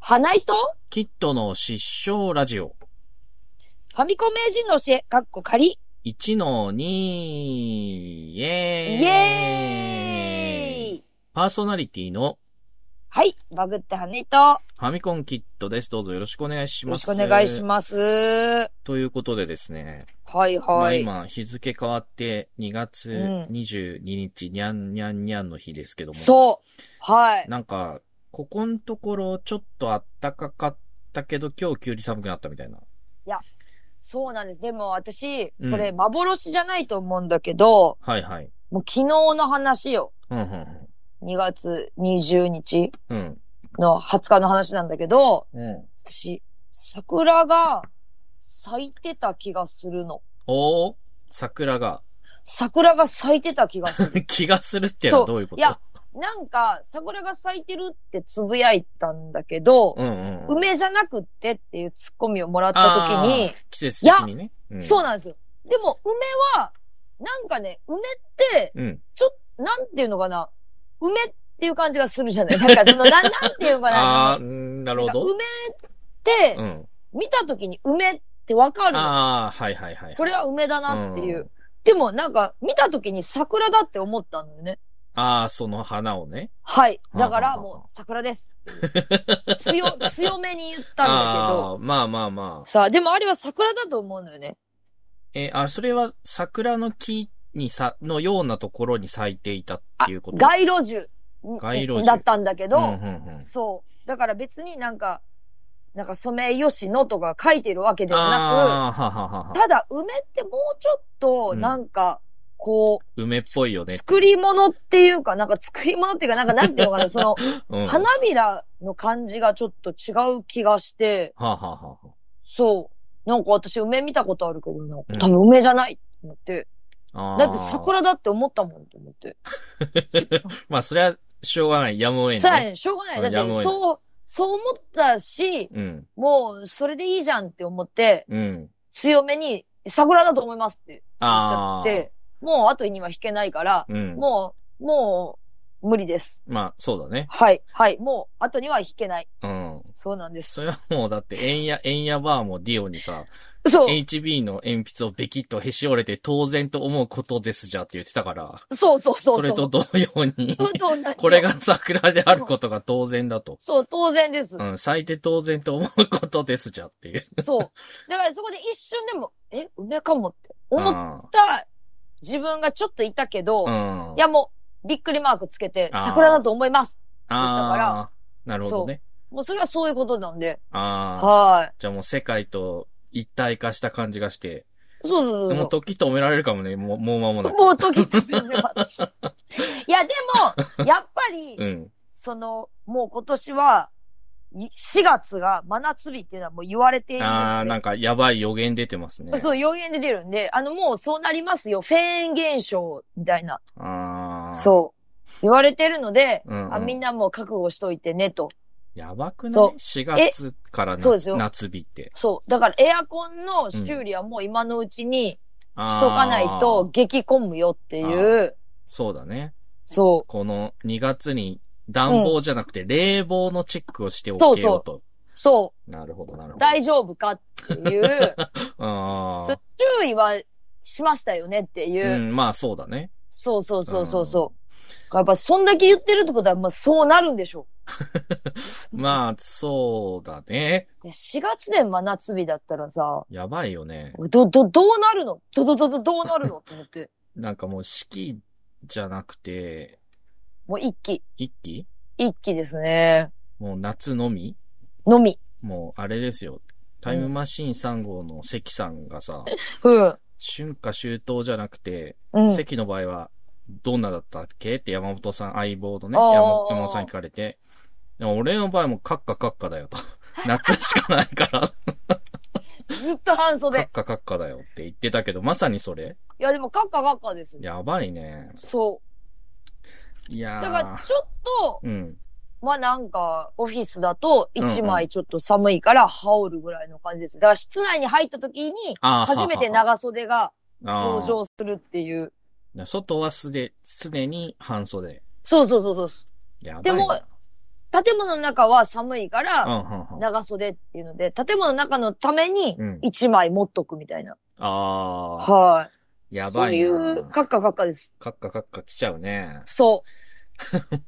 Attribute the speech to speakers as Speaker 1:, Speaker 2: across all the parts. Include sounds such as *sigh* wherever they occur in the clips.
Speaker 1: 花糸
Speaker 2: キッドの失笑ラジオ。
Speaker 1: ファミコン名人の教え、かっこ仮。
Speaker 2: 1の2、イ
Speaker 1: イ
Speaker 2: エーイ
Speaker 1: エーイ
Speaker 2: パーソナリティの
Speaker 1: はい、バグって花糸。よ
Speaker 2: ファミコンキッドです。どうぞよろしくお願いし
Speaker 1: ろ
Speaker 2: ま
Speaker 1: し
Speaker 2: す。
Speaker 1: くお願いし
Speaker 2: ま
Speaker 1: ます。は
Speaker 2: す。ということでですね、
Speaker 1: いはい。
Speaker 2: まあ今日付変わって2月
Speaker 1: うん
Speaker 2: 22日、にゃんにゃんにゃんの日ですけども。
Speaker 1: そう。はい。
Speaker 2: なんか、ここのところちょっとあったかかったけど、今日急に寒くなったみたいな。
Speaker 1: そうなんです。でも私、
Speaker 2: うん
Speaker 1: これ幻じゃないと思うんだけど、
Speaker 2: はいはい。
Speaker 1: もう昨日の話よ。
Speaker 2: うん
Speaker 1: 2月20日
Speaker 2: うんうん。
Speaker 1: の20日の話なんだけど、
Speaker 2: うん。うん。
Speaker 1: 私、桜が咲いてた気がするの。
Speaker 2: おー桜が。
Speaker 1: 桜が咲いてた気がする。
Speaker 2: *laughs* 気がするってのはどういうこと
Speaker 1: いや、なんか、桜が咲いてるってつぶやいたんだけど、
Speaker 2: うんうんうん。
Speaker 1: 梅じゃなくってっていうツッコミをもらった時に
Speaker 2: あ、ー、季節的にね。うん
Speaker 1: そうなんですよ。でも、梅は、なんかね、梅って、
Speaker 2: うん。
Speaker 1: なんていうのかな、梅っていう感じがするじゃないなんかその、な、
Speaker 2: *laughs*
Speaker 1: なんていうのかな。
Speaker 2: あ
Speaker 1: あ
Speaker 2: ー、うんなる
Speaker 1: の
Speaker 2: ほ
Speaker 1: なんか
Speaker 2: ど。
Speaker 1: 梅って
Speaker 2: う、ん。
Speaker 1: 見た時に梅ってわかるの。
Speaker 2: あー、はいはいはい。
Speaker 1: これ
Speaker 2: は
Speaker 1: は梅だなっていう。。でもなんか、見た時に桜だって思ったんだよね。
Speaker 2: あー、その花をね。
Speaker 1: はい。だから
Speaker 2: はあはあはあ
Speaker 1: もう、桜です。 *laughs* 強、強めに言ったんだけど。
Speaker 2: あー、まあまあまあ。
Speaker 1: さあ、でもあれは桜だと思うんだよね。
Speaker 2: え、あ、それは桜の木にさ、のようなところに咲いていたっていうこと
Speaker 1: 街路樹
Speaker 2: 街路樹
Speaker 1: だったんだけど、
Speaker 2: うんうんうん
Speaker 1: そう。だから別になんか、なんかソメイヨシノとか書いてるわけではな
Speaker 2: ああー、はははは
Speaker 1: く、。ただ梅ってもうちょっと、
Speaker 2: うん
Speaker 1: なんか、こう、
Speaker 2: 梅っぽいよね。
Speaker 1: 作り物っていうか、なんか作り物っていうか、なんかなんていうのかな、その、
Speaker 2: うん、は
Speaker 1: 花びらの感じがちょっと違う気がして、
Speaker 2: あはあは
Speaker 1: そう。なんか私梅見たことあるけどな
Speaker 2: うん、
Speaker 1: 多分梅じゃないって思って、
Speaker 2: ああー。
Speaker 1: だって桜だって思ったもんと思って。
Speaker 2: まあ、それは、しょうがない。やむを得
Speaker 1: さ
Speaker 2: な
Speaker 1: ら
Speaker 2: い、ね。
Speaker 1: にしょうが
Speaker 2: う
Speaker 1: なんい。だ
Speaker 2: や
Speaker 1: っ
Speaker 2: むを
Speaker 1: て、
Speaker 2: 得ない
Speaker 1: そう、そう思ったし、
Speaker 2: うん。
Speaker 1: もう、それでいいじゃんって思って、
Speaker 2: うん。
Speaker 1: 強めに、桜だと思いますって言っちゃ
Speaker 2: ああ。
Speaker 1: って、もう後には引けないから、
Speaker 2: うん。
Speaker 1: もう、もう、無理です。
Speaker 2: まあ、そうだね。
Speaker 1: はい、はい、もう、後には引けない。
Speaker 2: うん。
Speaker 1: そうなんです。
Speaker 2: それはもう、だって、円や、円やバーもディオにさ、
Speaker 1: そう、
Speaker 2: HB の鉛筆をべきっとへし折れて当然と思うことですじゃって言ってたから、
Speaker 1: そうそうそう。
Speaker 2: それと、同様に、
Speaker 1: それと同じ。
Speaker 2: これが、桜であることが当然だと。
Speaker 1: そう、当然です
Speaker 2: う。ん、咲いて当然と思うことですじゃっていう。
Speaker 1: そう。だからそこで一瞬でも、え、梅かもって思っ
Speaker 2: う
Speaker 1: た自分がちょっといたけど、
Speaker 2: ん。うん
Speaker 1: いやもう、びっくりマークつけて、
Speaker 2: あー
Speaker 1: 桜だと思います。から
Speaker 2: あーなるほどね。
Speaker 1: もうそれはそういうことなんで。
Speaker 2: ああ。
Speaker 1: は
Speaker 2: じゃあもう世界と一体化した感じがして。
Speaker 1: い。そうそう
Speaker 2: で
Speaker 1: そう
Speaker 2: も
Speaker 1: そ
Speaker 2: 時止められるかもね、もう、もう間も
Speaker 1: う。
Speaker 2: なく。
Speaker 1: もう時止め
Speaker 2: *laughs*
Speaker 1: ます。いや、でも、やっぱり、
Speaker 2: うん。
Speaker 1: その、もう今年は、い4月が真夏日っていうのはもう言われているので。
Speaker 2: ああ、なんかやばい予言出てますね。
Speaker 1: そう、予言で出るんで、あの、もうそうなりますよ。フェーン現象みたいな。
Speaker 2: ああ。
Speaker 1: そう。言われてるので、
Speaker 2: うんうん
Speaker 1: あ、みんなもう覚悟しといてね、と。
Speaker 2: やばくない
Speaker 1: そう
Speaker 2: ?4 月からな
Speaker 1: そうですよ
Speaker 2: 夏日って。
Speaker 1: そう。だからエアコンの修理はもう今のうちにし
Speaker 2: し
Speaker 1: とかないと。激混むよっていう、
Speaker 2: そうだね。
Speaker 1: そう。
Speaker 2: この2月に暖房じゃなくて冷房のチェックをしてお
Speaker 1: そう
Speaker 2: け
Speaker 1: そう
Speaker 2: よと。
Speaker 1: そ
Speaker 2: なるほど、なるほ
Speaker 1: う、
Speaker 2: ど。
Speaker 1: 大丈夫かっていう、
Speaker 2: *laughs* あ
Speaker 1: そ
Speaker 2: あ
Speaker 1: う。注意はしましたよねっていうう。
Speaker 2: ん、まあそうだね。
Speaker 1: そうそうそうそうそう。やっぱそんだけ言ってるってことは、まあそうなるんでしょ
Speaker 2: まあ、そうだね。
Speaker 1: う。で4月で真夏日だったらさ、
Speaker 2: やばいよね。
Speaker 1: ど、ど、どうなるのど、ど、ど、ど、どうなるのって思って。
Speaker 2: なんかもう四季じゃなくて、
Speaker 1: もう一気、
Speaker 2: 一気
Speaker 1: 一気ですね。
Speaker 2: もう夏のみ
Speaker 1: のみ。
Speaker 2: もうあれですよ。タイムマシーン3号の関さんがさ、
Speaker 1: うん。
Speaker 2: 春夏秋冬じゃなくて、
Speaker 1: うん。
Speaker 2: 関の場合は、どんなだったっけって山本さん、相棒のね、
Speaker 1: あー
Speaker 2: 山山本さんに聞かれて、でも俺の場合もカッカカッカだ
Speaker 1: *laughs*
Speaker 2: よと。夏しかないから、
Speaker 1: ずっと半
Speaker 2: カ
Speaker 1: 袖
Speaker 2: ッ。カカッカだよって言ってたけど、まさにそれ
Speaker 1: いや、でもカッカカッカですよ。
Speaker 2: やばいね。
Speaker 1: そ。
Speaker 2: いうや
Speaker 1: だ
Speaker 2: ー。
Speaker 1: から、ちょっと、
Speaker 2: うん。
Speaker 1: まあなんか、オフィスだと、一
Speaker 2: うんう
Speaker 1: 枚ちょっと寒いから羽織るぐらいの感じです。だから室内に入った時に、
Speaker 2: あー
Speaker 1: 初めて長袖が登
Speaker 2: あ
Speaker 1: 場するっていう。
Speaker 2: ー外はすで、常に半袖。
Speaker 1: そうそうそうそう。
Speaker 2: やばいな。
Speaker 1: でも建物の中は寒いか
Speaker 2: うん、う
Speaker 1: ら、
Speaker 2: ん、うん。
Speaker 1: 長袖っていうので、建物の中のために
Speaker 2: うん、
Speaker 1: 1枚持っとくみたいな。
Speaker 2: ああ、
Speaker 1: は
Speaker 2: や
Speaker 1: い。そ
Speaker 2: ば
Speaker 1: う
Speaker 2: い
Speaker 1: い
Speaker 2: な。
Speaker 1: う、カッカカッカです。
Speaker 2: カッカカッカ来ちゃうね。
Speaker 1: そ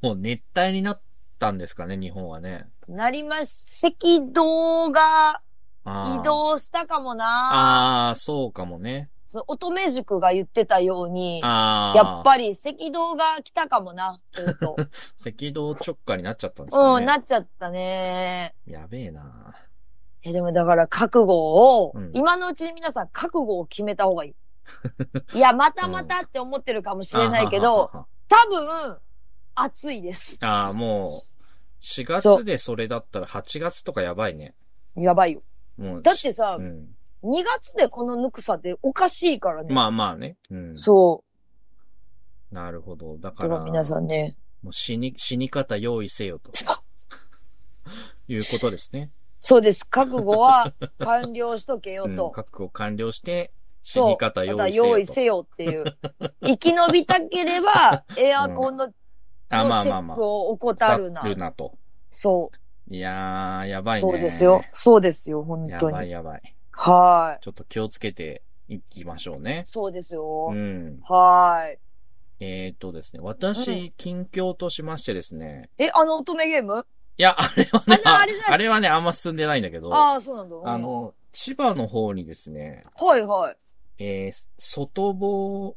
Speaker 2: もう熱帯になったんですかね、日本はね。
Speaker 1: う。なりまし、赤道が
Speaker 2: あー
Speaker 1: 移動したかもな
Speaker 2: あー、そうかもね。
Speaker 1: そう乙女塾が言ってたように、
Speaker 2: ああ、
Speaker 1: やっぱり赤道が来たかもな、ちょっ
Speaker 2: *laughs*
Speaker 1: と。
Speaker 2: 赤道直下になっちゃったんですか
Speaker 1: う
Speaker 2: ね。
Speaker 1: ん、なっちゃったね。
Speaker 2: やべえな。
Speaker 1: え、でもだから覚悟を、
Speaker 2: うん
Speaker 1: 今のうちに皆さん覚悟を決めた方がい
Speaker 2: *laughs*
Speaker 1: い。いや、またまたって思ってるかもしれないけど、
Speaker 2: あー。
Speaker 1: 多分、暑いです。
Speaker 2: あーも4
Speaker 1: そ
Speaker 2: 月でそれだったら8月とかやばいね。
Speaker 1: やばいよ。
Speaker 2: もう。
Speaker 1: だってさ、
Speaker 2: うん。
Speaker 1: 2月でこのぬくさっておかしいからね。
Speaker 2: まあまあね。うん。
Speaker 1: そ
Speaker 2: なるほど。だ
Speaker 1: う。
Speaker 2: か、
Speaker 1: だからら皆さんね。 *laughs*
Speaker 2: もう死に、死に方用意せよということですね。
Speaker 1: そうです。覚悟は完了しとけよ
Speaker 2: うん、
Speaker 1: と。
Speaker 2: 覚悟完了して、死
Speaker 1: そう。
Speaker 2: に方用
Speaker 1: また
Speaker 2: 意せよと。
Speaker 1: 用意せよっていう。
Speaker 2: *laughs*
Speaker 1: 生き延びたければ、エアコンの
Speaker 2: あ、まあ
Speaker 1: チェ
Speaker 2: まあ
Speaker 1: ッ
Speaker 2: まあ
Speaker 1: ク。を怠るな。
Speaker 2: るなと。
Speaker 1: そ
Speaker 2: いやー、や
Speaker 1: う、
Speaker 2: ばいね。
Speaker 1: そうですよ。そうですよ、本
Speaker 2: や
Speaker 1: 当
Speaker 2: ば
Speaker 1: に。
Speaker 2: いやばい。
Speaker 1: はーい。
Speaker 2: ちょっと気をつけていきましょうね。
Speaker 1: そうです
Speaker 2: う
Speaker 1: よ。
Speaker 2: ん。
Speaker 1: はーい。
Speaker 2: えー、っとですね、私、近況としましてですね。
Speaker 1: え、あの乙女ゲーム
Speaker 2: いや、あれはね、
Speaker 1: ああれじゃない
Speaker 2: あれはね、あんま進んでないんだけど、
Speaker 1: ああ、そうなんだ。うん
Speaker 2: あ、の、千葉の方にですね、
Speaker 1: はいはい。
Speaker 2: えー、外房、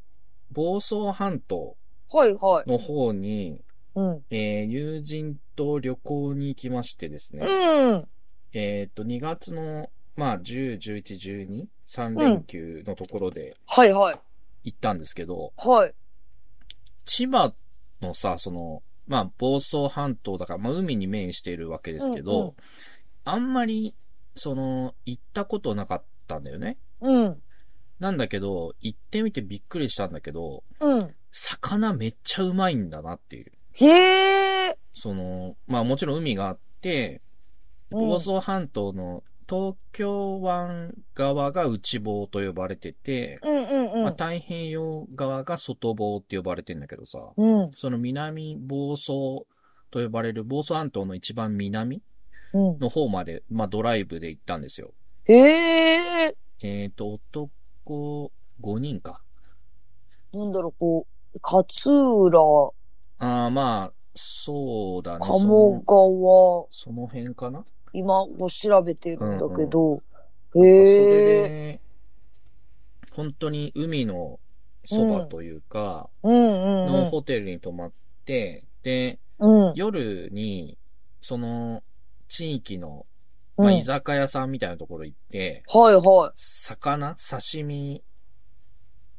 Speaker 2: 房総半島
Speaker 1: はいはい。
Speaker 2: の方に、
Speaker 1: うん。
Speaker 2: えー、友人と旅行に行きましてですね、
Speaker 1: うん。
Speaker 2: えーっと、2月の、まあ、10、11、12、3連休のところで
Speaker 1: はいはい。
Speaker 2: 行ったんですけど、
Speaker 1: はい。
Speaker 2: 千葉のさ、その、まあ、房総半島だから、まあ、海に面しているわけですけど、
Speaker 1: うんうん
Speaker 2: あんまり、その、行ったことなかったんだよね。
Speaker 1: うん。
Speaker 2: なんだけど、行ってみてびっくりしたんだけど、
Speaker 1: うん。
Speaker 2: 魚めっちゃうまいんだなっていう。
Speaker 1: へえ。
Speaker 2: その、まあもちろん海があって、
Speaker 1: うん
Speaker 2: 房総半島の東京湾側が内房と呼ばれてて、
Speaker 1: うんうんう
Speaker 2: ま
Speaker 1: ん。
Speaker 2: あ、太平洋側が外房って呼ばれてんだけどさ、
Speaker 1: うん。
Speaker 2: その南房総と呼ばれる房総半島の一番南
Speaker 1: うん。
Speaker 2: の方まで、まあドライブで行ったんですよ。
Speaker 1: へえ。
Speaker 2: えっ、と、男5人か。
Speaker 1: なんだろう、こう、勝浦、
Speaker 2: ああ、まあ、そうだね。そ
Speaker 1: 鴨
Speaker 2: の
Speaker 1: 川、
Speaker 2: その辺かな。
Speaker 1: 今、こう調べてるんだけど。へえ。
Speaker 2: で、本当に海のそばというか、
Speaker 1: うんう
Speaker 2: の
Speaker 1: ん
Speaker 2: ホテルに泊まって、で、
Speaker 1: うん。うん。
Speaker 2: 夜に、その地域の、
Speaker 1: うん
Speaker 2: まあ、居酒屋さんみたいなところ行って、
Speaker 1: はいは
Speaker 2: 魚刺身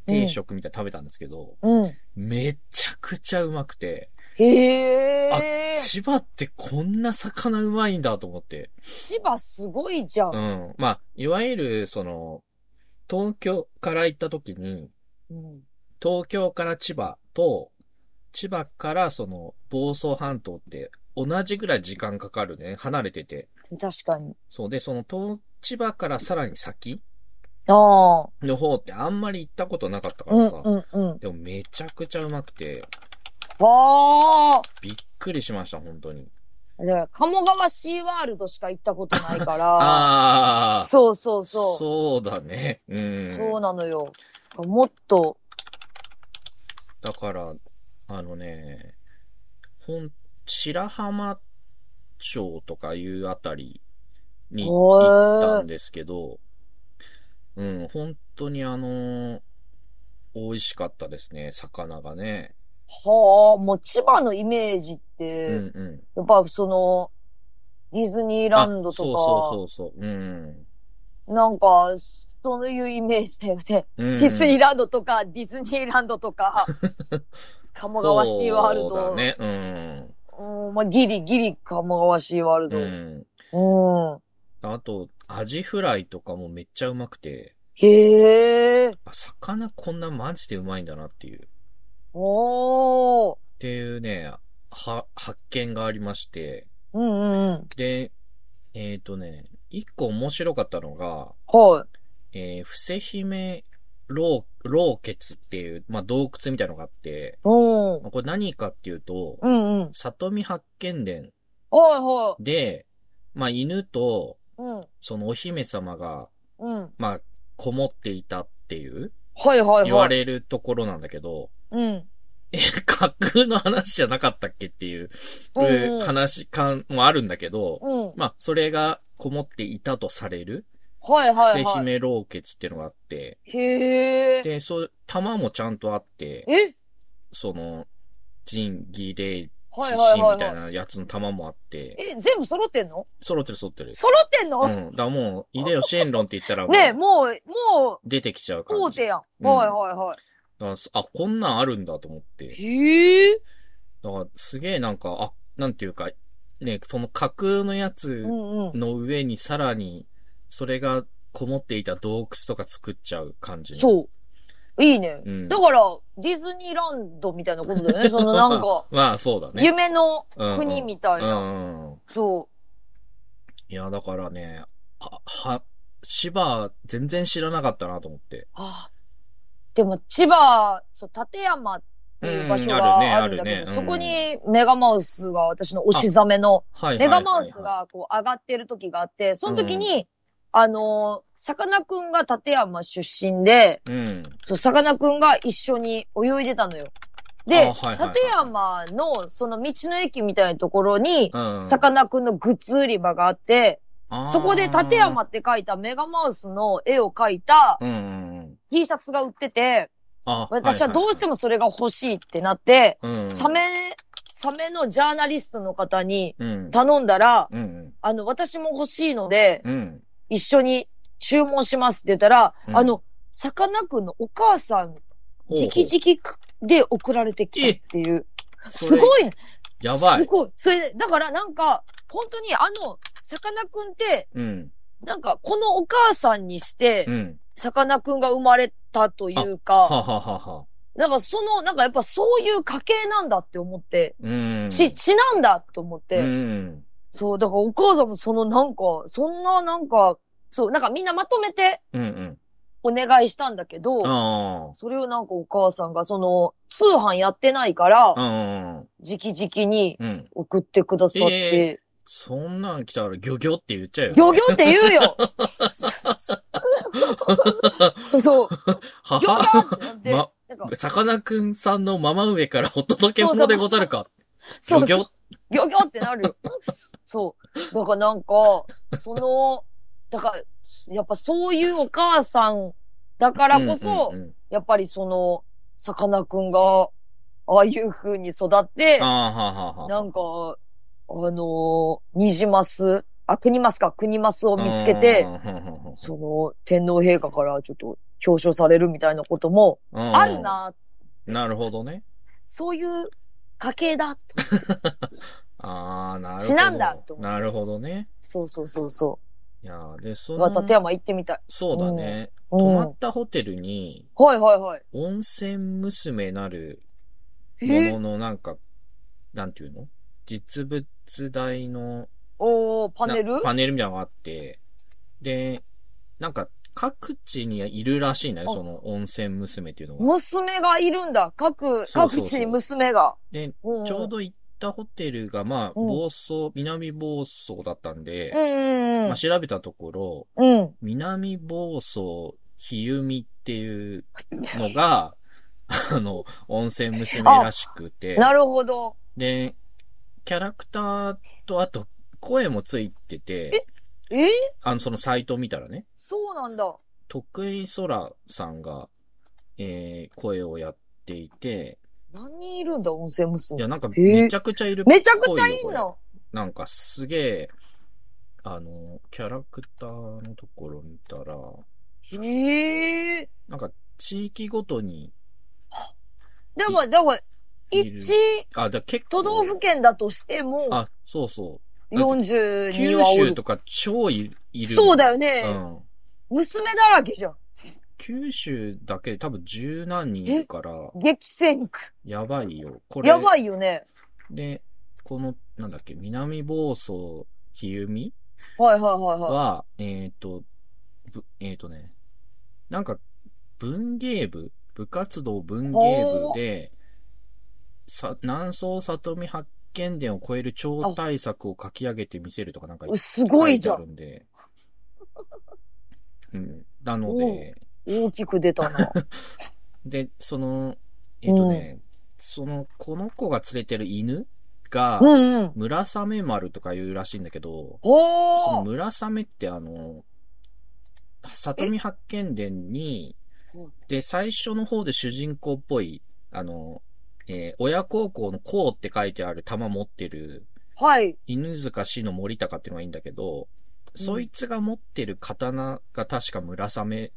Speaker 2: 定食みたいなの食べたんですけど、
Speaker 1: い。うん。
Speaker 2: めちゃくちゃうまくて、
Speaker 1: へえ。
Speaker 2: 千葉ってこんな魚うまいんだと思って。
Speaker 1: 千葉すごいじゃん。
Speaker 2: うん。まあ、いわゆる、その、東京から行った時に、
Speaker 1: うん。
Speaker 2: 東京から千葉と、千葉からその、房総半島って、同じぐらい時間かかるね。離れてて。
Speaker 1: 確かに。
Speaker 2: そうで、その、東、千葉からさらに先
Speaker 1: ああ。
Speaker 2: の方ってあんまり行ったことなかったか
Speaker 1: うん
Speaker 2: らさ。
Speaker 1: うんうん。
Speaker 2: でもめちゃくちゃうまくて、
Speaker 1: ああ。
Speaker 2: びっくりしました、本当に。
Speaker 1: だから、鴨川シーワールドしか行ったことないから。
Speaker 2: *laughs* ああー
Speaker 1: そうそうそう。
Speaker 2: そうだね。うん。
Speaker 1: そうなのよ。もっと、
Speaker 2: だから、あのね、ほん、白浜町とかいうあたりに
Speaker 1: おー
Speaker 2: 行ったんですけど、うん、本当にあの、美味しかったですね、魚がね。
Speaker 1: はあ、もう千葉のイメージっ
Speaker 2: う
Speaker 1: て、
Speaker 2: んうん。
Speaker 1: やっぱその、ディズニーランドとか、
Speaker 2: あそうそうそうそう。うん。
Speaker 1: なんか、そういうイメージだよね。
Speaker 2: デ
Speaker 1: ディズニーランドとか、ディズニーランドと
Speaker 2: *laughs*
Speaker 1: か、鴨川シーワール
Speaker 2: そうだ
Speaker 1: ド。
Speaker 2: ね、うん。
Speaker 1: うんまあ、ギリギリ鴨川シーワールド。
Speaker 2: うん。
Speaker 1: うん。
Speaker 2: あと、アジフライとかもめっちゃうまくて、
Speaker 1: へえ。
Speaker 2: あ魚こんなマジでうまいんだなっていう。
Speaker 1: おー。
Speaker 2: っていうね、は、発見がありまして、
Speaker 1: うんうんうん。
Speaker 2: で、えっ、とね、一個面白かったのが、
Speaker 1: はい。
Speaker 2: えー、伏せ姫老、老血っていう、まあ、洞窟みたいなのがあって、
Speaker 1: うん。
Speaker 2: まあこれ何かっていうと
Speaker 1: う、んうん。
Speaker 2: 里見八犬伝
Speaker 1: おいほ
Speaker 2: で、まあ犬と、
Speaker 1: い。うん。
Speaker 2: そのお姫様が、
Speaker 1: うん。
Speaker 2: まあ、こもっていたっていう、
Speaker 1: はいはいはい。
Speaker 2: 言われるところなんだけど、 *laughs*
Speaker 1: うん。
Speaker 2: え、架空の話じゃなかったっけっていう、
Speaker 1: うんうん
Speaker 2: えー話感もあるんだけど、
Speaker 1: うん。はい
Speaker 2: まあ、それがこもっていたとされる、
Speaker 1: はい
Speaker 2: 伏
Speaker 1: はい。
Speaker 2: 姫老血っていうのがあって、
Speaker 1: へえ。
Speaker 2: で、そう、玉もちゃんとあって、
Speaker 1: え
Speaker 2: その、仁義礼、
Speaker 1: はい
Speaker 2: 智
Speaker 1: はい
Speaker 2: 信
Speaker 1: は
Speaker 2: み
Speaker 1: い
Speaker 2: たい
Speaker 1: はい。
Speaker 2: なやつの玉もあって、
Speaker 1: え、全部揃ってんの
Speaker 2: 揃ってる揃ってる。
Speaker 1: 揃ってんの、
Speaker 2: うん。だからもう、秀吉炎論って言ったらも
Speaker 1: ねえ、
Speaker 2: う、
Speaker 1: もう、も
Speaker 2: 出てきちゃう
Speaker 1: う、
Speaker 2: 感
Speaker 1: 大
Speaker 2: じ。
Speaker 1: 手やん。
Speaker 2: うん
Speaker 1: はいはいはい。
Speaker 2: だからあ、こんなんあるんだと思って。
Speaker 1: へえ。
Speaker 2: だから、すげえなんか、あ、なんていうか、ね、その架空のやつ
Speaker 1: うんうん。
Speaker 2: の上にさらに、それがこもっていた洞窟とか作っちゃう感じ。う。
Speaker 1: そう。いいね。
Speaker 2: うん
Speaker 1: だから、ディズニーランドみたいなことだよ
Speaker 2: *laughs*
Speaker 1: ね。そのなんか、
Speaker 2: まあ、そうだね。
Speaker 1: 夢の
Speaker 2: うんうん
Speaker 1: 国みたいな。
Speaker 2: うんうん。
Speaker 1: そ
Speaker 2: いや、だからね、は、は、千葉、全然知らなかったなと思って。
Speaker 1: う。はあ、でも、千葉、そう、館山っていう場所が
Speaker 2: うん
Speaker 1: あ
Speaker 2: あ
Speaker 1: る
Speaker 2: る
Speaker 1: ん
Speaker 2: ね
Speaker 1: だけど、
Speaker 2: ある
Speaker 1: そ
Speaker 2: ね
Speaker 1: こにメガマウスが、私の推しザメの、
Speaker 2: はいはい
Speaker 1: メ
Speaker 2: はいは
Speaker 1: ガ
Speaker 2: い。
Speaker 1: マウスがこう上がってる時があって、その時に、あのー、さかなクンが館山出身で、
Speaker 2: うん。
Speaker 1: そう、さかなクンが一緒に泳いでたのよ。
Speaker 2: あ
Speaker 1: で、
Speaker 2: はいはいはい
Speaker 1: 館山のその道の駅みたいなところに、
Speaker 2: うん。
Speaker 1: さかなクンのグッズ売り場があって、
Speaker 2: あー
Speaker 1: そこで館山。って書いたメガマウスの絵を描いた
Speaker 2: うんうんうん。
Speaker 1: T シャツが売ってて、
Speaker 2: あ、
Speaker 1: 私はどうして
Speaker 2: も、
Speaker 1: もそれが欲しいってなって、
Speaker 2: うん。
Speaker 1: サメ、サメのジャーナリストの方に
Speaker 2: うん。
Speaker 1: 頼んだら、
Speaker 2: うんうん。
Speaker 1: あの、私も欲しいので、
Speaker 2: うん。
Speaker 1: 一緒に注文しますって言ったら、
Speaker 2: うん
Speaker 1: あの、さかなクンのお母さん、
Speaker 2: ほうほう
Speaker 1: 直々で送られてきたっていう。す
Speaker 2: それ
Speaker 1: ごいね
Speaker 2: やば
Speaker 1: す
Speaker 2: い。
Speaker 1: ごい。それで、だからなんか、本当にあの、さかなクンって、
Speaker 2: うん。
Speaker 1: なんか、このお母さんにして
Speaker 2: う、ん。
Speaker 1: さかなクンが生まれたという
Speaker 2: は
Speaker 1: か、
Speaker 2: ははは。
Speaker 1: なんかその、なんかやっぱそういう家系なんだって思って、
Speaker 2: うん。
Speaker 1: ち、血なんだって思っ
Speaker 2: う
Speaker 1: て、
Speaker 2: ん。
Speaker 1: そう、だからお母さんもそのなんか、そんななんか、そう、なんかみんなまとめて
Speaker 2: うんう
Speaker 1: お
Speaker 2: ん。
Speaker 1: 願いしたんだけど、
Speaker 2: あ
Speaker 1: それをなんかお母さんがその、通販やってないから
Speaker 2: あ。、うん。
Speaker 1: 直々に
Speaker 2: うん。
Speaker 1: 送ってくださって、
Speaker 2: そんなん来たら、ギョギョって言っちゃうよ。
Speaker 1: 漁業って言う
Speaker 2: *laughs*
Speaker 1: よそう。
Speaker 2: *laughs*
Speaker 1: 漁
Speaker 2: は
Speaker 1: 業
Speaker 2: は。
Speaker 1: ってなって、な
Speaker 2: ま
Speaker 1: んか、
Speaker 2: さかなクンさんのママ上からお届け物でござるか。ギ
Speaker 1: そう
Speaker 2: ョギ
Speaker 1: そう
Speaker 2: ョ。
Speaker 1: 漁業ってなるよ。そう。だからなんか、その、だから、やっぱそういうお母さんだからこそ、
Speaker 2: うんうんうん
Speaker 1: やっぱりその、さかなクンが、ああいう風に育って、
Speaker 2: ああ、ははは。
Speaker 1: なんか、あのー、ニジマス、あ、クニマスか、クニマスを見つけて、その、天皇陛下からちょっと表彰されるみたいなことも、
Speaker 2: うん、
Speaker 1: あるな、
Speaker 2: なるほどね。
Speaker 1: そういう家系だ、と
Speaker 2: ああ、なるほど。
Speaker 1: ちなんだと思って
Speaker 2: なるほどね。
Speaker 1: そうそうそうそ
Speaker 2: いやーで、
Speaker 1: う。
Speaker 2: そ
Speaker 1: まあ
Speaker 2: の、
Speaker 1: 立山行ってみたい。
Speaker 2: そうだね。
Speaker 1: う
Speaker 2: 泊
Speaker 1: ん。
Speaker 2: ま
Speaker 1: はい
Speaker 2: ったホテルに、
Speaker 1: はいはい。
Speaker 2: 温泉娘なるも
Speaker 1: え
Speaker 2: ののなんか、なんていうの実物大の
Speaker 1: おー、パネル
Speaker 2: なパネルみたいなのがあって、で、なんか各地にいるらしいんだよ、
Speaker 1: あ
Speaker 2: その温泉娘っていうのが。
Speaker 1: 娘がいるんだ。各、
Speaker 2: そうそうそう
Speaker 1: 各地に娘が。
Speaker 2: で、
Speaker 1: うん
Speaker 2: ちょう。ど行ったホテルが、まあ、
Speaker 1: うん
Speaker 2: 房総、南房総だったんで
Speaker 1: う、んうんうん
Speaker 2: まあ、。調べたところ、
Speaker 1: うん。
Speaker 2: 南房総ひゆみっていうのが、 *laughs* あの、温泉娘らしくて、
Speaker 1: なるほど。
Speaker 2: で、キャラクターと、あと、声もついてて、
Speaker 1: え
Speaker 2: あの、そのサイト見たらね、
Speaker 1: そうなんだ。
Speaker 2: 徳井空さんが、えー、声をやっていて、
Speaker 1: 何人いるんだ、温泉
Speaker 2: い
Speaker 1: 娘
Speaker 2: や、。なんか、
Speaker 1: えー
Speaker 2: めちゃくちゃいるっぽいよ
Speaker 1: めちゃくちゃいい
Speaker 2: これ
Speaker 1: の。
Speaker 2: なんかすげえ、あの、キャラクターのところ見たら、
Speaker 1: へえ。
Speaker 2: なんか地域ごとに、
Speaker 1: でも、でも、
Speaker 2: いる
Speaker 1: 一
Speaker 2: あ、だ結
Speaker 1: 都
Speaker 2: 構。
Speaker 1: 道府県だとしても、
Speaker 2: あ、そうそう。
Speaker 1: 42
Speaker 2: 九
Speaker 1: はお
Speaker 2: 州
Speaker 1: る。
Speaker 2: とか超いいる。
Speaker 1: そうだよ
Speaker 2: う
Speaker 1: ね。
Speaker 2: ん。
Speaker 1: 娘だらけじゃん。
Speaker 2: 九州だけで多分十何人いるから、
Speaker 1: 激戦区。
Speaker 2: やばいよ。これ、
Speaker 1: やばいよね。
Speaker 2: で、この、なんだっけ、南房総ひゆみ
Speaker 1: はいはいはいはい。
Speaker 2: は、えっ、と、ぶえっ、とね、なんか、文芸部部活動文芸部で、さ南総里見八見伝を超える超大作を書き上げてみせるとかなんか
Speaker 1: おすごいじ
Speaker 2: 書
Speaker 1: ゃ
Speaker 2: いてあ
Speaker 1: ん。
Speaker 2: るんで。うん。なので、
Speaker 1: 大きく出た
Speaker 2: *laughs*
Speaker 1: な。
Speaker 2: で、その、えっとね、その、この子が連れてる犬が
Speaker 1: う、んうん。
Speaker 2: 村雨丸とか言うらしいんだけど、その
Speaker 1: ほー
Speaker 2: 村雨ってあの、里見八犬伝に
Speaker 1: うん、
Speaker 2: で、最初の方で主人公っぽい、あの、えー親孝行の孝って書いてある玉持ってる、
Speaker 1: はい。
Speaker 2: 犬塚氏の森高っていうのがいいんだけど、
Speaker 1: うん
Speaker 2: そいつが持ってる刀が確か村雨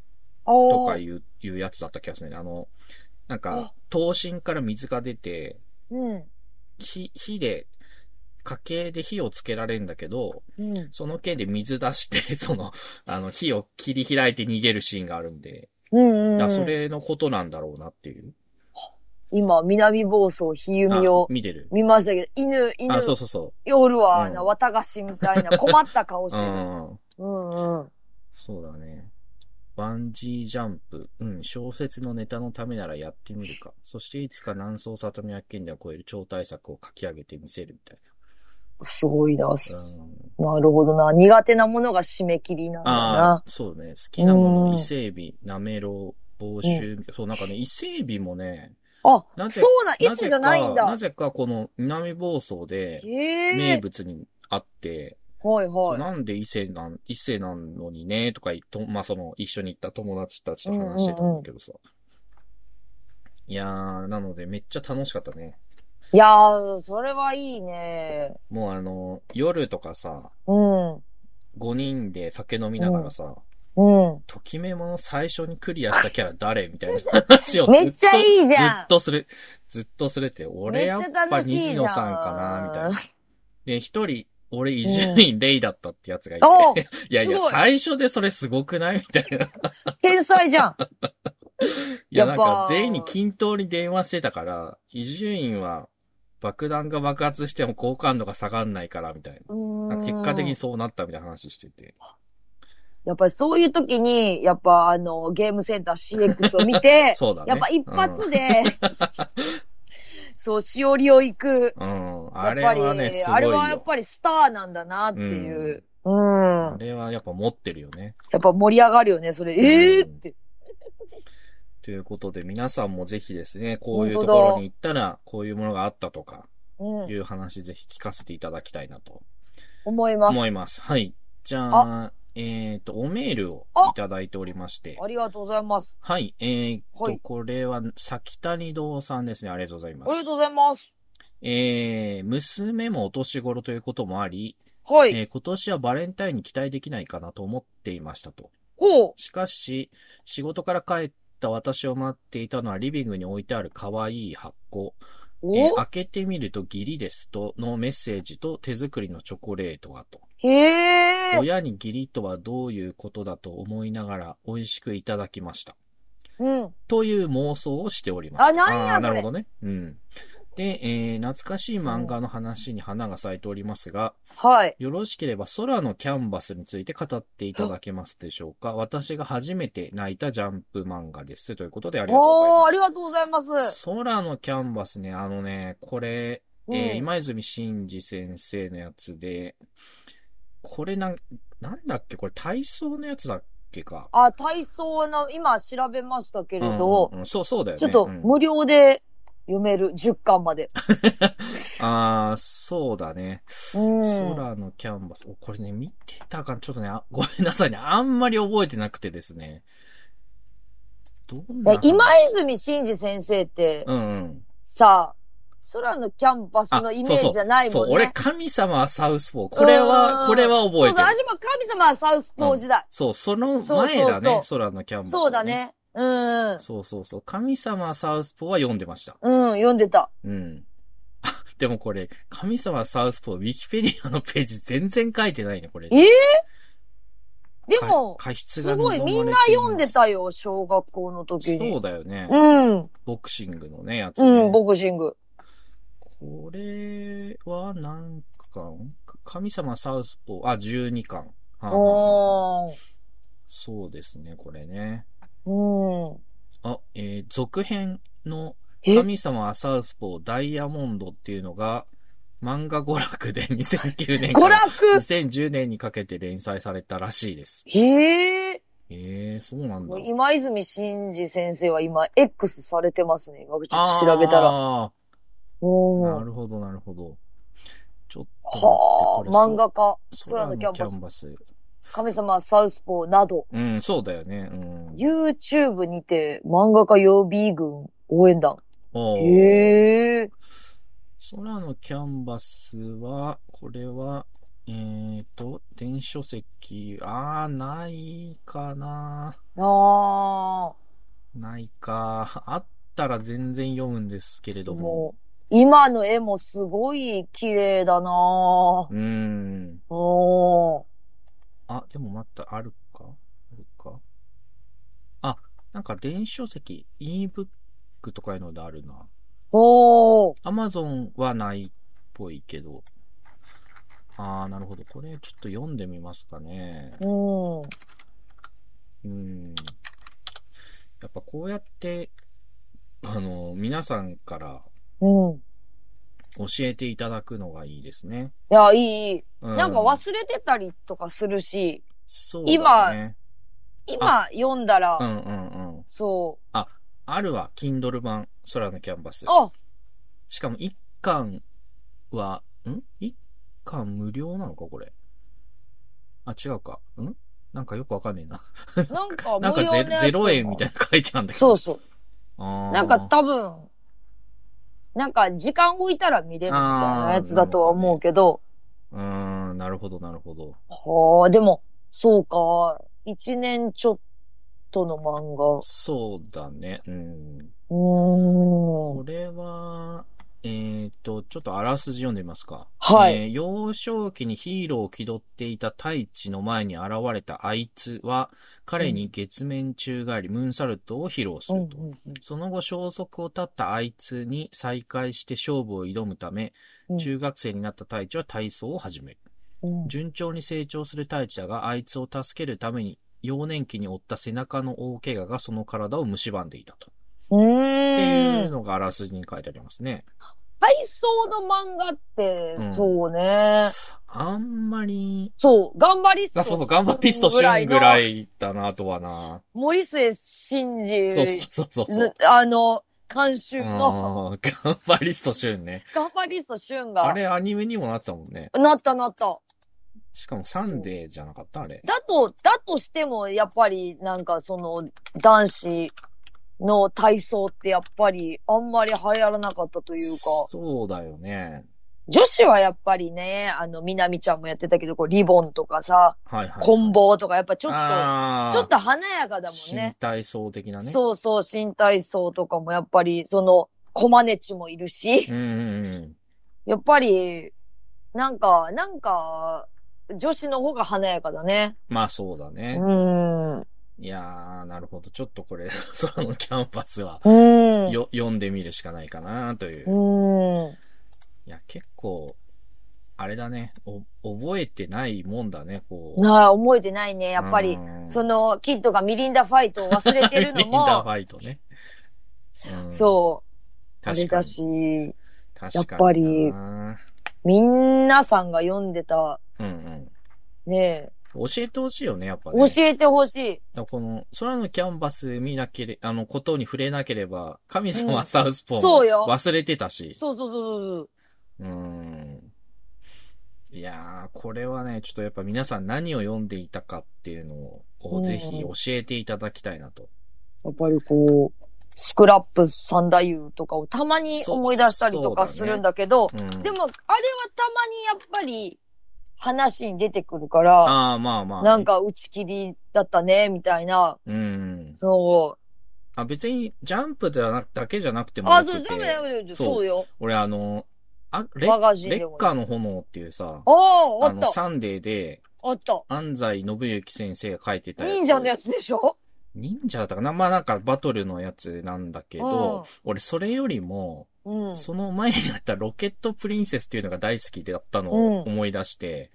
Speaker 1: あ
Speaker 2: とか
Speaker 1: ー。
Speaker 2: いう、いうやつだった気がするね。あの、なん
Speaker 1: あ
Speaker 2: か、刀身から水が出て、
Speaker 1: うん。
Speaker 2: 火、火で、家系で火をつけられるんだけど、
Speaker 1: うん。
Speaker 2: その剣で水出して、 *laughs* その、あの、火を切り開いて逃げるシーンがあるんで、
Speaker 1: うん、う
Speaker 2: だか
Speaker 1: ん。
Speaker 2: らそれのことなんだろうなっていう。
Speaker 1: 今、南房総ひゆみを
Speaker 2: あ見てる。
Speaker 1: 見ましたけど、犬、犬
Speaker 2: あ、、そうそうそ
Speaker 1: 夜は、な、
Speaker 2: うん
Speaker 1: 綿菓子みたいな困った顔し
Speaker 2: う。
Speaker 1: て
Speaker 2: *laughs* う
Speaker 1: る。
Speaker 2: ん。
Speaker 1: うんうん。
Speaker 2: そうだね。バンジージャンプ。うん、小説のネタのためならやってみるか。そしていつか南宋里見八犬では超える超大作を書き上げてみせるみたい
Speaker 1: すごいな。
Speaker 2: な。うん
Speaker 1: なるほどな。苦手なものが締め切りなんだ
Speaker 2: あ
Speaker 1: な
Speaker 2: あ。、そうね。好きなも
Speaker 1: うん
Speaker 2: の、伊勢海老、なめろう、房州、そう、なんかね、伊勢海老もね、
Speaker 1: あ、
Speaker 2: なぜ
Speaker 1: そうなん、い
Speaker 2: な
Speaker 1: つ
Speaker 2: ぜ
Speaker 1: じゃ
Speaker 2: か、
Speaker 1: ないんだ
Speaker 2: な。ぜかこの南房総で、
Speaker 1: へ
Speaker 2: 名
Speaker 1: え。
Speaker 2: 物にあって、
Speaker 1: はい
Speaker 2: そう
Speaker 1: はい。
Speaker 2: なんで伊勢なん、伊勢なのにね、とか言っと、まあ、その、一緒に行った友達たちと話してたんだけどさ。いやー、なのでめっちゃ楽しかったね。
Speaker 1: いやー、それはいいね。
Speaker 2: もうあの、夜とかさ、
Speaker 1: うん。
Speaker 2: 5人で酒飲みながらさ、
Speaker 1: うん。
Speaker 2: ときめもの最初にクリアしたキャラ誰みたいな話
Speaker 1: *laughs*
Speaker 2: をずっと。
Speaker 1: めっちゃいいじゃん
Speaker 2: ずっとする。ずっとすれて、俺やっ
Speaker 1: めっちゃ
Speaker 2: ぱ
Speaker 1: 楽しいじゃん
Speaker 2: 西野さんかな、みたいな。で、一人、俺伊集院レイだったってやつがいて。 *laughs*
Speaker 1: おう
Speaker 2: いやいや
Speaker 1: すご、い
Speaker 2: 最初でそれすごくないみたいな。い
Speaker 1: 天才じゃん。や
Speaker 2: や、な
Speaker 1: っ
Speaker 2: ん
Speaker 1: ぱ
Speaker 2: か全員に均等に電話してたから、伊集院は爆弾が爆発しても好感度が下がんないから、みたいな。なんか *laughs* 結果的に
Speaker 1: う
Speaker 2: そうなったみたいな話してて。
Speaker 1: ーんやっぱりそういう時に、やっぱあの、ゲームセンター CX を見て、
Speaker 2: *laughs* そうだね。
Speaker 1: やっぱ一
Speaker 2: うん
Speaker 1: 発で、 *laughs* そう、しおりを行く。
Speaker 2: うん。
Speaker 1: や
Speaker 2: あ
Speaker 1: っ
Speaker 2: れ
Speaker 1: ぱり、
Speaker 2: はね、すご
Speaker 1: あ
Speaker 2: い
Speaker 1: れ
Speaker 2: よ。
Speaker 1: はやっぱりスターなんだなっていう。うん。
Speaker 2: あれはやっぱ持ってるよね。
Speaker 1: やっぱ盛り上がるよね、それ。ええー、って。
Speaker 2: ということで、皆さんもぜひですね、こういう
Speaker 1: 本
Speaker 2: と
Speaker 1: 当だ
Speaker 2: ころに行ったら、こういうものがあったとか、
Speaker 1: うん
Speaker 2: い。う話ぜひ聞かせていただきたいなと
Speaker 1: 思います。
Speaker 2: 思います。はい。じゃあ、えっ、と、おメールをいただいておりまして。
Speaker 1: ありがとうございます。
Speaker 2: はい。えっ、と、
Speaker 1: はい
Speaker 2: これは、先谷堂さんですね。ありがとうございま
Speaker 1: ありが
Speaker 2: す
Speaker 1: と。うございます。
Speaker 2: えー、娘もお年頃ということもあり、
Speaker 1: はい。
Speaker 2: えー今年はバレンタインに期待できないかなと思っていましたと。
Speaker 1: ほ
Speaker 2: しかし、仕事から帰った私を待っていたのはリビングに置いてある可愛い箱。
Speaker 1: う。
Speaker 2: えー
Speaker 1: お
Speaker 2: 開けてみると義理ですとのメッセージと手作りのチョコレートがと。
Speaker 1: へえ。
Speaker 2: 親に義理とはどういうことだと思いながら美味しくいただきました。
Speaker 1: うん。
Speaker 2: という妄想をしておりました。
Speaker 1: あなんや
Speaker 2: あー
Speaker 1: そ
Speaker 2: な
Speaker 1: れ
Speaker 2: るほどね。うん。で、えー懐かしい漫画の話に花が咲いておりますが、
Speaker 1: はい。
Speaker 2: よろしければ空のキャンバスについて語っていただけますでしょうか私が初めて泣いたジャンプ漫画です。ということでありがとうござい
Speaker 1: おー、
Speaker 2: ます。
Speaker 1: ありがとうございます。
Speaker 2: 空のキャンバスね、あのね、これ、
Speaker 1: うん
Speaker 2: えー今泉真司先生のやつで、これなん、なんだっけこれ体操のやつだっけか。
Speaker 1: あ、体操の、今調べましたけれど、
Speaker 2: うんうんうんそう、そうだよね。
Speaker 1: ちょっと
Speaker 2: うん
Speaker 1: 無料で読める、10巻
Speaker 2: *laughs*
Speaker 1: まで。
Speaker 2: ああ、そうだね。
Speaker 1: うん。
Speaker 2: 空のキャンバス。おこれね、見てたか、ちょっとね、あごめんなさいね。あんまり覚えてなくてですね。どんな
Speaker 1: で
Speaker 2: 話
Speaker 1: 今泉真司先生って、
Speaker 2: うんうん。
Speaker 1: さ、空のキャンパスのイメージじゃない
Speaker 2: そ
Speaker 1: も
Speaker 2: う、
Speaker 1: ん
Speaker 2: 俺、
Speaker 1: ね。
Speaker 2: 神様はサウスポー。これ
Speaker 1: う
Speaker 2: は、
Speaker 1: ん
Speaker 2: これは
Speaker 1: そ
Speaker 2: 覚え
Speaker 1: うそう、
Speaker 2: てる。
Speaker 1: 私も神様はサウスポー時代。
Speaker 2: そう、その
Speaker 1: そう
Speaker 2: 前
Speaker 1: そ
Speaker 2: だね
Speaker 1: う、
Speaker 2: 空のキャンバス。
Speaker 1: そうだ。ね。うん。
Speaker 2: そうそうそう。神様はサウスポーは読んでました。
Speaker 1: うん、読んでた。
Speaker 2: うん。 *laughs* あでもこれ、神様はサウスポー、ウィキペディアのページ全然書いてないね、これ。
Speaker 1: えでも、
Speaker 2: か、過失が
Speaker 1: すごい、みんな読んでたよ、小学校の時
Speaker 2: そう
Speaker 1: に。
Speaker 2: だよね。
Speaker 1: うん、
Speaker 2: ボクシングのね、やつ、ね。
Speaker 1: うん、ボクシング。
Speaker 2: これは何巻神様サウスポー、あ、12巻。はあはあ
Speaker 1: おー
Speaker 2: そうですね、これね。
Speaker 1: うん。
Speaker 2: あ、えー続編の
Speaker 1: え
Speaker 2: 神様サウスポーダイヤモンドっていうのが、漫画娯楽で2009年
Speaker 1: 娯
Speaker 2: から
Speaker 1: 楽
Speaker 2: 2010年にかけて連載されたらしいです。
Speaker 1: へえ。
Speaker 2: ええそうなん
Speaker 1: も
Speaker 2: だ
Speaker 1: う。今泉真二先生は今 X されてますね。僕ちょっと調べたら。
Speaker 2: ら。
Speaker 1: お
Speaker 2: な
Speaker 1: ー
Speaker 2: るほど、なるほど。ちょっと
Speaker 1: はあ、漫画家、
Speaker 2: 空
Speaker 1: 空
Speaker 2: の
Speaker 1: の
Speaker 2: キ
Speaker 1: キ
Speaker 2: ャ
Speaker 1: ャ
Speaker 2: ン
Speaker 1: ン
Speaker 2: バ
Speaker 1: バス
Speaker 2: ス。キャンバス。
Speaker 1: 神様、サウスポーなど、
Speaker 2: うん、そうだよね。うん。
Speaker 1: YouTube にて漫画家予備軍応援団。
Speaker 2: おー
Speaker 1: へえ。
Speaker 2: 空のキャンバスは、これは、えーと、電子書籍、あー、ないかな。
Speaker 1: あ
Speaker 2: ないか。あったら全然読むんですけれ
Speaker 1: あ。
Speaker 2: ども。
Speaker 1: もう、今の絵もすごい綺麗だな
Speaker 2: うーん。
Speaker 1: ぁ。おー。
Speaker 2: あ、でも待った、あるかあるかあ、なんか電子書籍、e-book とかいうのであるな。
Speaker 1: おー。
Speaker 2: Amazon はないっぽいけど。あー、なるほど。これちょっと読んでみますかね。
Speaker 1: うん。
Speaker 2: うん。やっぱこうやって、あの、皆さんから
Speaker 1: うん。い
Speaker 2: 教えていただくのがいいですね。
Speaker 1: や、いい、いい。
Speaker 2: う
Speaker 1: なんか忘れてたりとかするし、
Speaker 2: そうだね。
Speaker 1: 今読んだら、
Speaker 2: うんうんうん。
Speaker 1: そ
Speaker 2: *laughs* あるわ、Kindle 版、空のキャンバス
Speaker 1: う。。あ、
Speaker 2: しかも1巻は、ん ?1 巻無料なのかこれ。あ、違うか。んなんかよくわかんねえな。
Speaker 1: なんか
Speaker 2: なん
Speaker 1: 無
Speaker 2: か
Speaker 1: 料の
Speaker 2: ゼ
Speaker 1: やつ
Speaker 2: ゼロ円みたいなの書いてあるんだけど。
Speaker 1: そうそう。
Speaker 2: あー
Speaker 1: なんか多分、なんか時間置いたら見れるみたいなやつだとは思うけど、
Speaker 2: うーん、なるほど、なるほど。
Speaker 1: はあ、でも、そうか、一年ちょっとの漫画。
Speaker 2: そうだね。うん。
Speaker 1: うー
Speaker 2: こ
Speaker 1: ん。
Speaker 2: れは、えーと、ちょっとあらすじ読んでみますか。
Speaker 1: はい
Speaker 2: えー幼少期にヒーローを気取っていた太一の前に現れたあいつは、彼に月面宙返り、ムーンサルトを披露す
Speaker 1: うん
Speaker 2: ると。その後、消息を絶ったあいつに再会して勝負を挑むため、
Speaker 1: うん
Speaker 2: 中学生になった太一は体操を始める。
Speaker 1: うんうん
Speaker 2: 順調に成長する太一だが、あいつを助けるために、幼年期に負った背中の大怪我がその体を蝕んでいたと。
Speaker 1: う
Speaker 2: ってい
Speaker 1: ー。
Speaker 2: うんのがあらすじに書いてありますね。
Speaker 1: 体操の漫画って、
Speaker 2: うん
Speaker 1: そうね。
Speaker 2: あんまり、
Speaker 1: そう、頑張りっす
Speaker 2: あ、そうそう、頑張ってストシュンぐらいだなとはな。
Speaker 1: 森末慎二。
Speaker 2: そうそうそうそう。
Speaker 1: あの、監
Speaker 2: う
Speaker 1: 修
Speaker 2: ん
Speaker 1: の、
Speaker 2: 頑張りストシュンね。
Speaker 1: ガンバリスト俊
Speaker 2: あ
Speaker 1: が、
Speaker 2: れアニメにもなってたもんね。
Speaker 1: なったなった。
Speaker 2: しかもサンデーじゃなかったあれ。
Speaker 1: だと、だとしても、やっぱり、なんかその、男子の体操ってやっぱり、あんまり流行らなかったというか、
Speaker 2: そうだよね。
Speaker 1: 女子はやっぱりね、あの、みなみちゃんもやってたけど、こう、リボンとかさ、
Speaker 2: はいはい。
Speaker 1: 棍棒とか、やっぱちょっ
Speaker 2: あ
Speaker 1: と、
Speaker 2: ー
Speaker 1: ちょっと華やかだもんね
Speaker 2: 新。体操的なね。
Speaker 1: そうそう、新体操とかもやっぱり、その、コマネチもいるし、
Speaker 2: うんうんうん。
Speaker 1: やっぱり、なんか、なんか、女子の方が華やかだね。
Speaker 2: まあそうだ
Speaker 1: う
Speaker 2: ね。
Speaker 1: ーん。う
Speaker 2: いやー、なるほど。ちょっとこれ、 *laughs* 空のキャンパスは、
Speaker 1: ーん。
Speaker 2: よ、読んでみるしかないかなという
Speaker 1: う。ーん。
Speaker 2: いや、結構、あれだね。お、覚えてないもんだね、こう。
Speaker 1: なあ、覚えてないね。やっぱり、
Speaker 2: うん
Speaker 1: その、キッドがミリンダファイトを忘れてる
Speaker 2: *laughs*
Speaker 1: の
Speaker 2: リンダーフ
Speaker 1: も、
Speaker 2: ァイトね。うん
Speaker 1: そう、あれ
Speaker 2: 確か
Speaker 1: だ
Speaker 2: に。
Speaker 1: し、
Speaker 2: 確かに
Speaker 1: やっぱり
Speaker 2: な
Speaker 1: みんなさんが読んでた、
Speaker 2: うん
Speaker 1: ね
Speaker 2: うん。教えてほしいよね、やっぱね。
Speaker 1: 教えてほしい。
Speaker 2: だからこの、空のキャンバス見なけれ、あの、ことに触れなければ、神様はサウスポーも
Speaker 1: そうよ
Speaker 2: 忘れてたし。
Speaker 1: そうそうそう
Speaker 2: うーん。いやー、これはね、ちょっとやっぱ皆さん何を読んでいたかっていうの
Speaker 1: う
Speaker 2: を、
Speaker 1: ん
Speaker 2: ぜひ教えていただきたいなと。
Speaker 1: そう。やっぱりこう、スクラップ三太夫とかをたまに思い出したりとか
Speaker 2: そ
Speaker 1: す
Speaker 2: そうだね
Speaker 1: るんだけど、
Speaker 2: うん。
Speaker 1: でも、あれはたまにやっぱり話に出てくるから、
Speaker 2: ああ、まあまあ。
Speaker 1: なん。か打ち切りだったね、みたいな、
Speaker 2: うん。
Speaker 1: そ
Speaker 2: あ、別に、ジャンプだなだけじゃなくて
Speaker 1: う。
Speaker 2: もよ
Speaker 1: あ、
Speaker 2: くて。
Speaker 1: そう、ダメだよ、
Speaker 2: そう
Speaker 1: そうよ。
Speaker 2: 俺、あの、あ、レ
Speaker 1: マ
Speaker 2: ッ、
Speaker 1: ガジン
Speaker 2: レ
Speaker 1: で
Speaker 2: ッ
Speaker 1: も
Speaker 2: カーの炎っていうさ、
Speaker 1: ああ、あっ
Speaker 2: の、
Speaker 1: た。
Speaker 2: サンデーで、
Speaker 1: あった。
Speaker 2: 安西信之先生が書いてたやつ。
Speaker 1: 忍者のやつでしょ
Speaker 2: 忍者だったかなまあなんかバトルのやつなんだけど、俺それよりも、
Speaker 1: うん。うん。
Speaker 2: その前にあったロケットプリンセスっていうのが大好きだったの
Speaker 1: うん
Speaker 2: を思い出して、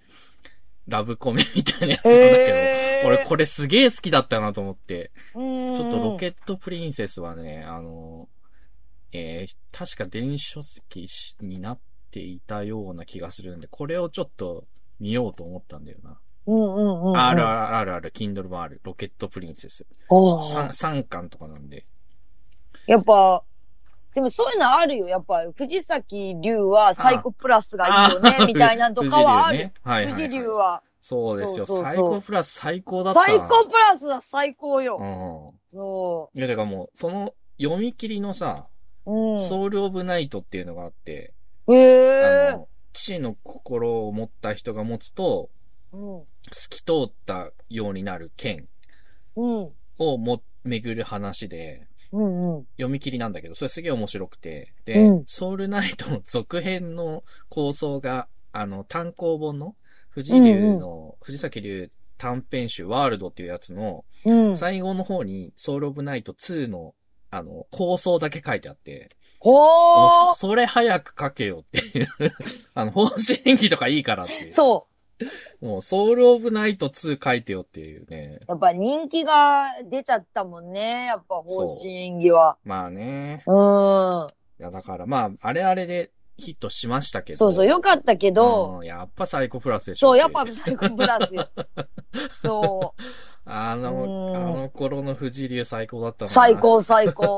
Speaker 2: ラブコメみたいなやつなんだけ
Speaker 1: へ
Speaker 2: ど、俺これすげえ好きだったなと思って、
Speaker 1: れ
Speaker 2: ちょっとロケ
Speaker 1: ッ
Speaker 2: ットプリンセスはね、あの、えー、確か電子書籍になっていたような気がするんで、これをちょっと見ようと思ったんだよな。
Speaker 1: うんうんうんうん。
Speaker 2: あるあるあるある、Kindle もある。ロケットプリンセス。
Speaker 1: あー
Speaker 2: 3, 三巻とかなんで。
Speaker 1: やっぱ、でもそういうのあるよ。やっぱ、藤崎龍はサイコプラスがいいよね
Speaker 2: あ、ー
Speaker 1: みたいなとかはある。。
Speaker 2: *laughs* 富士流ねはいはい、
Speaker 1: 藤
Speaker 2: はい。
Speaker 1: 龍は。
Speaker 2: そうですよ。
Speaker 1: そうそうそう
Speaker 2: 最高プラス最高だったな。
Speaker 1: 最高プラスは最高よ。
Speaker 2: う
Speaker 1: そ
Speaker 2: ん。いや、だからもう、その読み切りのさ、
Speaker 1: う。うん。
Speaker 2: ソウル・オブ・ナイトっていうのがあって、
Speaker 1: へ
Speaker 2: あ
Speaker 1: え。
Speaker 2: の、騎士の心を持った人が持つと、
Speaker 1: うん。
Speaker 2: 透き通ったようになる剣
Speaker 1: うん。
Speaker 2: をも、巡る話で、
Speaker 1: うんうん。
Speaker 2: 読み切りなんだけど、それすげえ面白くて、で、
Speaker 1: うん
Speaker 2: ソウルナイトの続編の構想が、あの、単行本の、藤井流の、藤崎流短編集、ワールドっていうやつの、
Speaker 1: うん。
Speaker 2: 最後の方に、ソウルオブナイト2の、あの、構想だけ書いてあって、もう
Speaker 1: ほー
Speaker 2: そそれ早く書けよっていう、 *laughs* あの、方針記とかいいからっていう。。
Speaker 1: そう
Speaker 2: もう、ソウルオブナイト2書いてよっていうね
Speaker 1: う。。やっぱ人気が出ちゃったもんね。やっぱ方針演技は。
Speaker 2: まあね。
Speaker 1: うん。
Speaker 2: いや、だから、まあ、あれあれでヒットしましたけど。
Speaker 1: そうそう。よかったけど、
Speaker 2: うん、やっぱサイコプラスでしょ。
Speaker 1: そう、やっぱ
Speaker 2: ていう
Speaker 1: サイコプラス
Speaker 2: *laughs*
Speaker 1: よ。そ
Speaker 2: あの、
Speaker 1: うん
Speaker 2: あの頃の藤井流最高だった
Speaker 1: う。
Speaker 2: な
Speaker 1: 最。高最
Speaker 2: *laughs*
Speaker 1: 高。も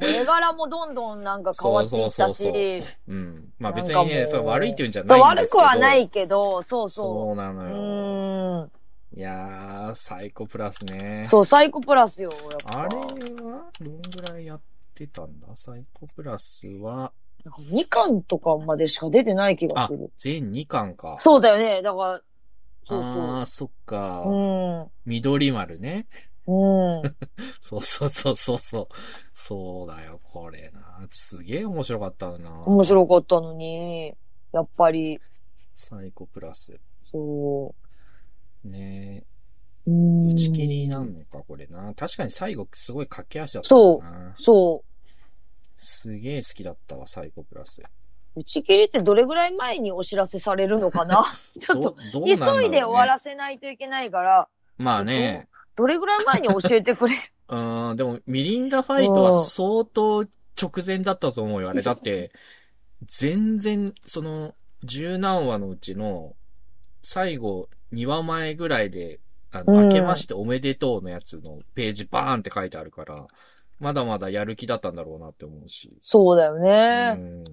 Speaker 1: う絵柄もどんどんなんか変わっていった
Speaker 2: そうそうそ
Speaker 1: し、
Speaker 2: うん。まあ
Speaker 1: なん
Speaker 2: 別
Speaker 1: か
Speaker 2: に
Speaker 1: も
Speaker 2: ね、
Speaker 1: う
Speaker 2: それ悪いっていうんじゃないんで
Speaker 1: 悪
Speaker 2: すけ
Speaker 1: く
Speaker 2: ど。
Speaker 1: はない。けど、そうそ
Speaker 2: そうな
Speaker 1: う。
Speaker 2: の
Speaker 1: う
Speaker 2: よ。
Speaker 1: ーん。
Speaker 2: いやー、サイコプラスね。
Speaker 1: そう、サイコプラスよ。やっぱ
Speaker 2: あれは、どんぐらいやってたんだサイコプラスは、
Speaker 1: なんか2巻とかまでしか出てない気がする。
Speaker 2: 全2巻か。
Speaker 1: そうだよね。だから、そう
Speaker 2: あー、そっか。
Speaker 1: そう。
Speaker 2: 緑丸ね。
Speaker 1: うん。うん。
Speaker 2: そうそうそうそうそう。そうだよ、これな。すげえ面白かったな。
Speaker 1: 面白かったのに、やっぱり、
Speaker 2: サイコプラス。
Speaker 1: そ
Speaker 2: ね
Speaker 1: う。うん
Speaker 2: 打ち切りなんのか、これな。確かに最後、すごい駆け足だった
Speaker 1: そ
Speaker 2: もんな。
Speaker 1: そ
Speaker 2: すげえ好きだったわ、サイコプラス。
Speaker 1: う。打ち切りってどれぐらい前にお知らせされるのか
Speaker 2: *laughs*
Speaker 1: なちょっと、
Speaker 2: ど、どう
Speaker 1: 急
Speaker 2: なんだろうね
Speaker 1: いで終わらせないといけないから、
Speaker 2: まあね。
Speaker 1: どれぐらい前に教えてくれ。
Speaker 2: うーん、でも、ミリンダファイトは相当直前だったと思うよ、あれ。だって、全然、その、十何話のうちの、最後、2話前ぐらいで、あの、
Speaker 1: うん
Speaker 2: 明けましておめでとうのやつのページバーンって書いてあるから、まだまだやる気だったんだろうなって思うし。
Speaker 1: *laughs* そうだよ
Speaker 2: う
Speaker 1: ね。
Speaker 2: ん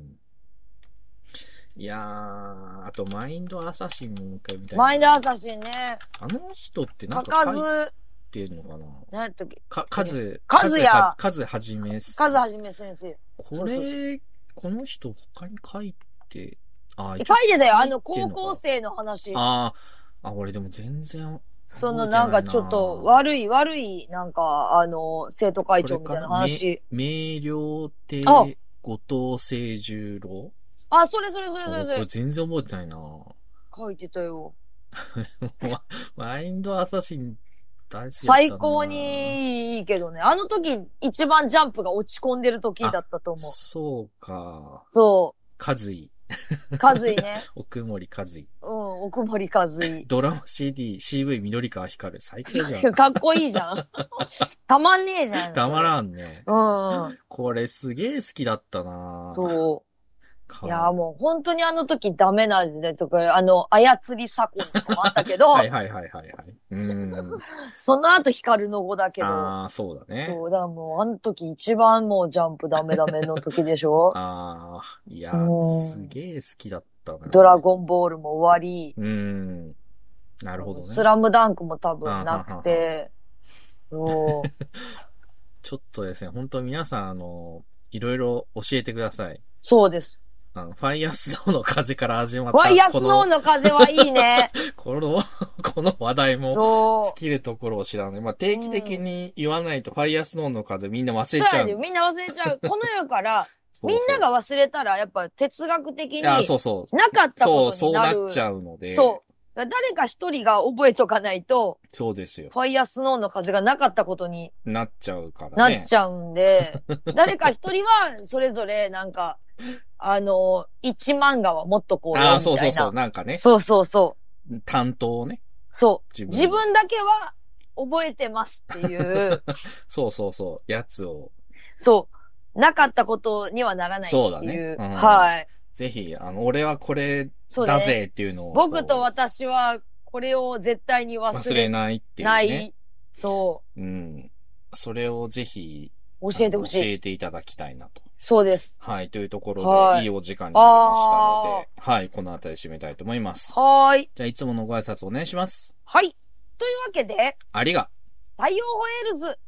Speaker 2: いやー、あと、マインドアサシンもう一回みたいな。
Speaker 1: マインドアサシンね、
Speaker 2: あの人ってな
Speaker 1: か
Speaker 2: んか
Speaker 1: か
Speaker 2: 書い
Speaker 1: ず、
Speaker 2: てるのかな
Speaker 1: なんやったっけ、
Speaker 2: か、カズ、
Speaker 1: カズヤ
Speaker 2: カズはじめす。
Speaker 1: カズはじめ先生。
Speaker 2: こ
Speaker 1: そうそう
Speaker 2: れ、この人他に書いて、あ
Speaker 1: え書いてたよ、あの
Speaker 2: 書いて
Speaker 1: 高
Speaker 2: んのか
Speaker 1: 校生の話。
Speaker 2: あーあ、俺でも全然、
Speaker 1: そ
Speaker 2: 覚
Speaker 1: の
Speaker 2: えてな
Speaker 1: な
Speaker 2: いなん
Speaker 1: かちょっと悪い悪い、なんか、あの、生徒会長みたいな話。
Speaker 2: 明瞭亭、
Speaker 1: あ
Speaker 2: 後藤清十郎
Speaker 1: あ、それそれそれ
Speaker 2: あ
Speaker 1: そ
Speaker 2: こ
Speaker 1: れそ
Speaker 2: れ
Speaker 1: れ。
Speaker 2: 全然覚えてないな
Speaker 1: 書いてたよ。
Speaker 2: マインドアサシン大好きだったな
Speaker 1: 最高。にいいけどね。あの時、一番ジャンプが落ち込んでる時だったと思う。
Speaker 2: そうか。
Speaker 1: そ
Speaker 2: カズイ。
Speaker 1: う。カズイね。
Speaker 2: 奥森カズイ。
Speaker 1: うん、奥森カズ
Speaker 2: *laughs*
Speaker 1: イ。
Speaker 2: ドラマ CD、CV 緑川光。最高じゃ
Speaker 1: *laughs*
Speaker 2: ん。
Speaker 1: かっこいいじゃん。たまんねえじゃん。
Speaker 2: たま
Speaker 1: ん。
Speaker 2: らんね。
Speaker 1: うん。
Speaker 2: これすげえ好きだったな
Speaker 1: そ
Speaker 2: か
Speaker 1: う。いや、もう本当にあの時ダメな時代とか、あの、操り作法とかもあったけど、
Speaker 2: *laughs* はいはいはいはいはい。うん。
Speaker 1: その後光の子だけど、
Speaker 2: ああ、そうだね。
Speaker 1: そう、だからもう、あの時一番もうジャンプダメダメの時でしょ
Speaker 2: *laughs* ああ、いや
Speaker 1: うん、
Speaker 2: すげえ好きだったな。
Speaker 1: ドラゴンボールも終わり、
Speaker 2: うん。なるほどね。
Speaker 1: スラムダンクも多分なくて、そう
Speaker 2: ちょっとですね、本当皆さん、あの、いろいろ教えてください。
Speaker 1: そうです。
Speaker 2: あの、ファイヤースノーの風から始 *laughs* まった。
Speaker 1: ワイヤース
Speaker 2: こ
Speaker 1: ノー
Speaker 2: の、
Speaker 1: の風はいいね。
Speaker 2: この、 *laughs* この話題も。
Speaker 1: そ
Speaker 2: 尽
Speaker 1: う。
Speaker 2: *laughs* きるところを知らない。まあ、定期的に言わないと、ファイヤースノーの風みんな忘
Speaker 1: そう
Speaker 2: れちゃ
Speaker 1: や
Speaker 2: う。
Speaker 1: で、みんな忘れち
Speaker 2: *laughs*
Speaker 1: ゃう。この世から、
Speaker 2: そう
Speaker 1: み
Speaker 2: そ
Speaker 1: ん
Speaker 2: う
Speaker 1: なが忘れたら、やっぱ哲学的に、
Speaker 2: い
Speaker 1: な
Speaker 2: や、
Speaker 1: か
Speaker 2: そうそう。
Speaker 1: った
Speaker 2: そう、
Speaker 1: こと
Speaker 2: そう
Speaker 1: にな
Speaker 2: な
Speaker 1: る。
Speaker 2: っちゃうので。
Speaker 1: そうだから誰か一人が覚えとかないと、
Speaker 2: そうですよ。
Speaker 1: ファイヤースノーの風がなかったことに
Speaker 2: なっちゃうからね。
Speaker 1: なっちゃうん
Speaker 2: *laughs*
Speaker 1: で、誰か一人はそれぞれなんか、あの、一漫画はもっとこう
Speaker 2: あ
Speaker 1: よ
Speaker 2: あ、そ
Speaker 1: み
Speaker 2: う
Speaker 1: た
Speaker 2: そう
Speaker 1: い
Speaker 2: そう。
Speaker 1: な。
Speaker 2: なんかね、
Speaker 1: そうそうそう。
Speaker 2: 担当をね。
Speaker 1: そう。
Speaker 2: 自分
Speaker 1: 自分だけは覚えてますって
Speaker 2: *laughs*
Speaker 1: いう、
Speaker 2: そうそうそう。やつを。
Speaker 1: そう。なかったことにはならないっていう。
Speaker 2: そうだねうん
Speaker 1: はい。
Speaker 2: ぜひ、あの、俺はこれ
Speaker 1: そう
Speaker 2: だ
Speaker 1: だね。
Speaker 2: ぜっていうのを。
Speaker 1: 僕と私は、これを絶対に忘
Speaker 2: 忘
Speaker 1: れ
Speaker 2: れないっていう
Speaker 1: な
Speaker 2: ね。
Speaker 1: い。そ
Speaker 2: うん。それをぜひ、
Speaker 1: う。教えてほし
Speaker 2: あの教
Speaker 1: い。
Speaker 2: えていただきたいなと。
Speaker 1: そうです。
Speaker 2: はい。というところで、、
Speaker 1: はいい
Speaker 2: いお時間になりましたので、はい。この辺り締めたいと思います。
Speaker 1: はーい。
Speaker 2: じゃあ、いつものご挨拶お願いします。
Speaker 1: はい。というわけで、
Speaker 2: ありが。
Speaker 1: 太陽ホエールズ、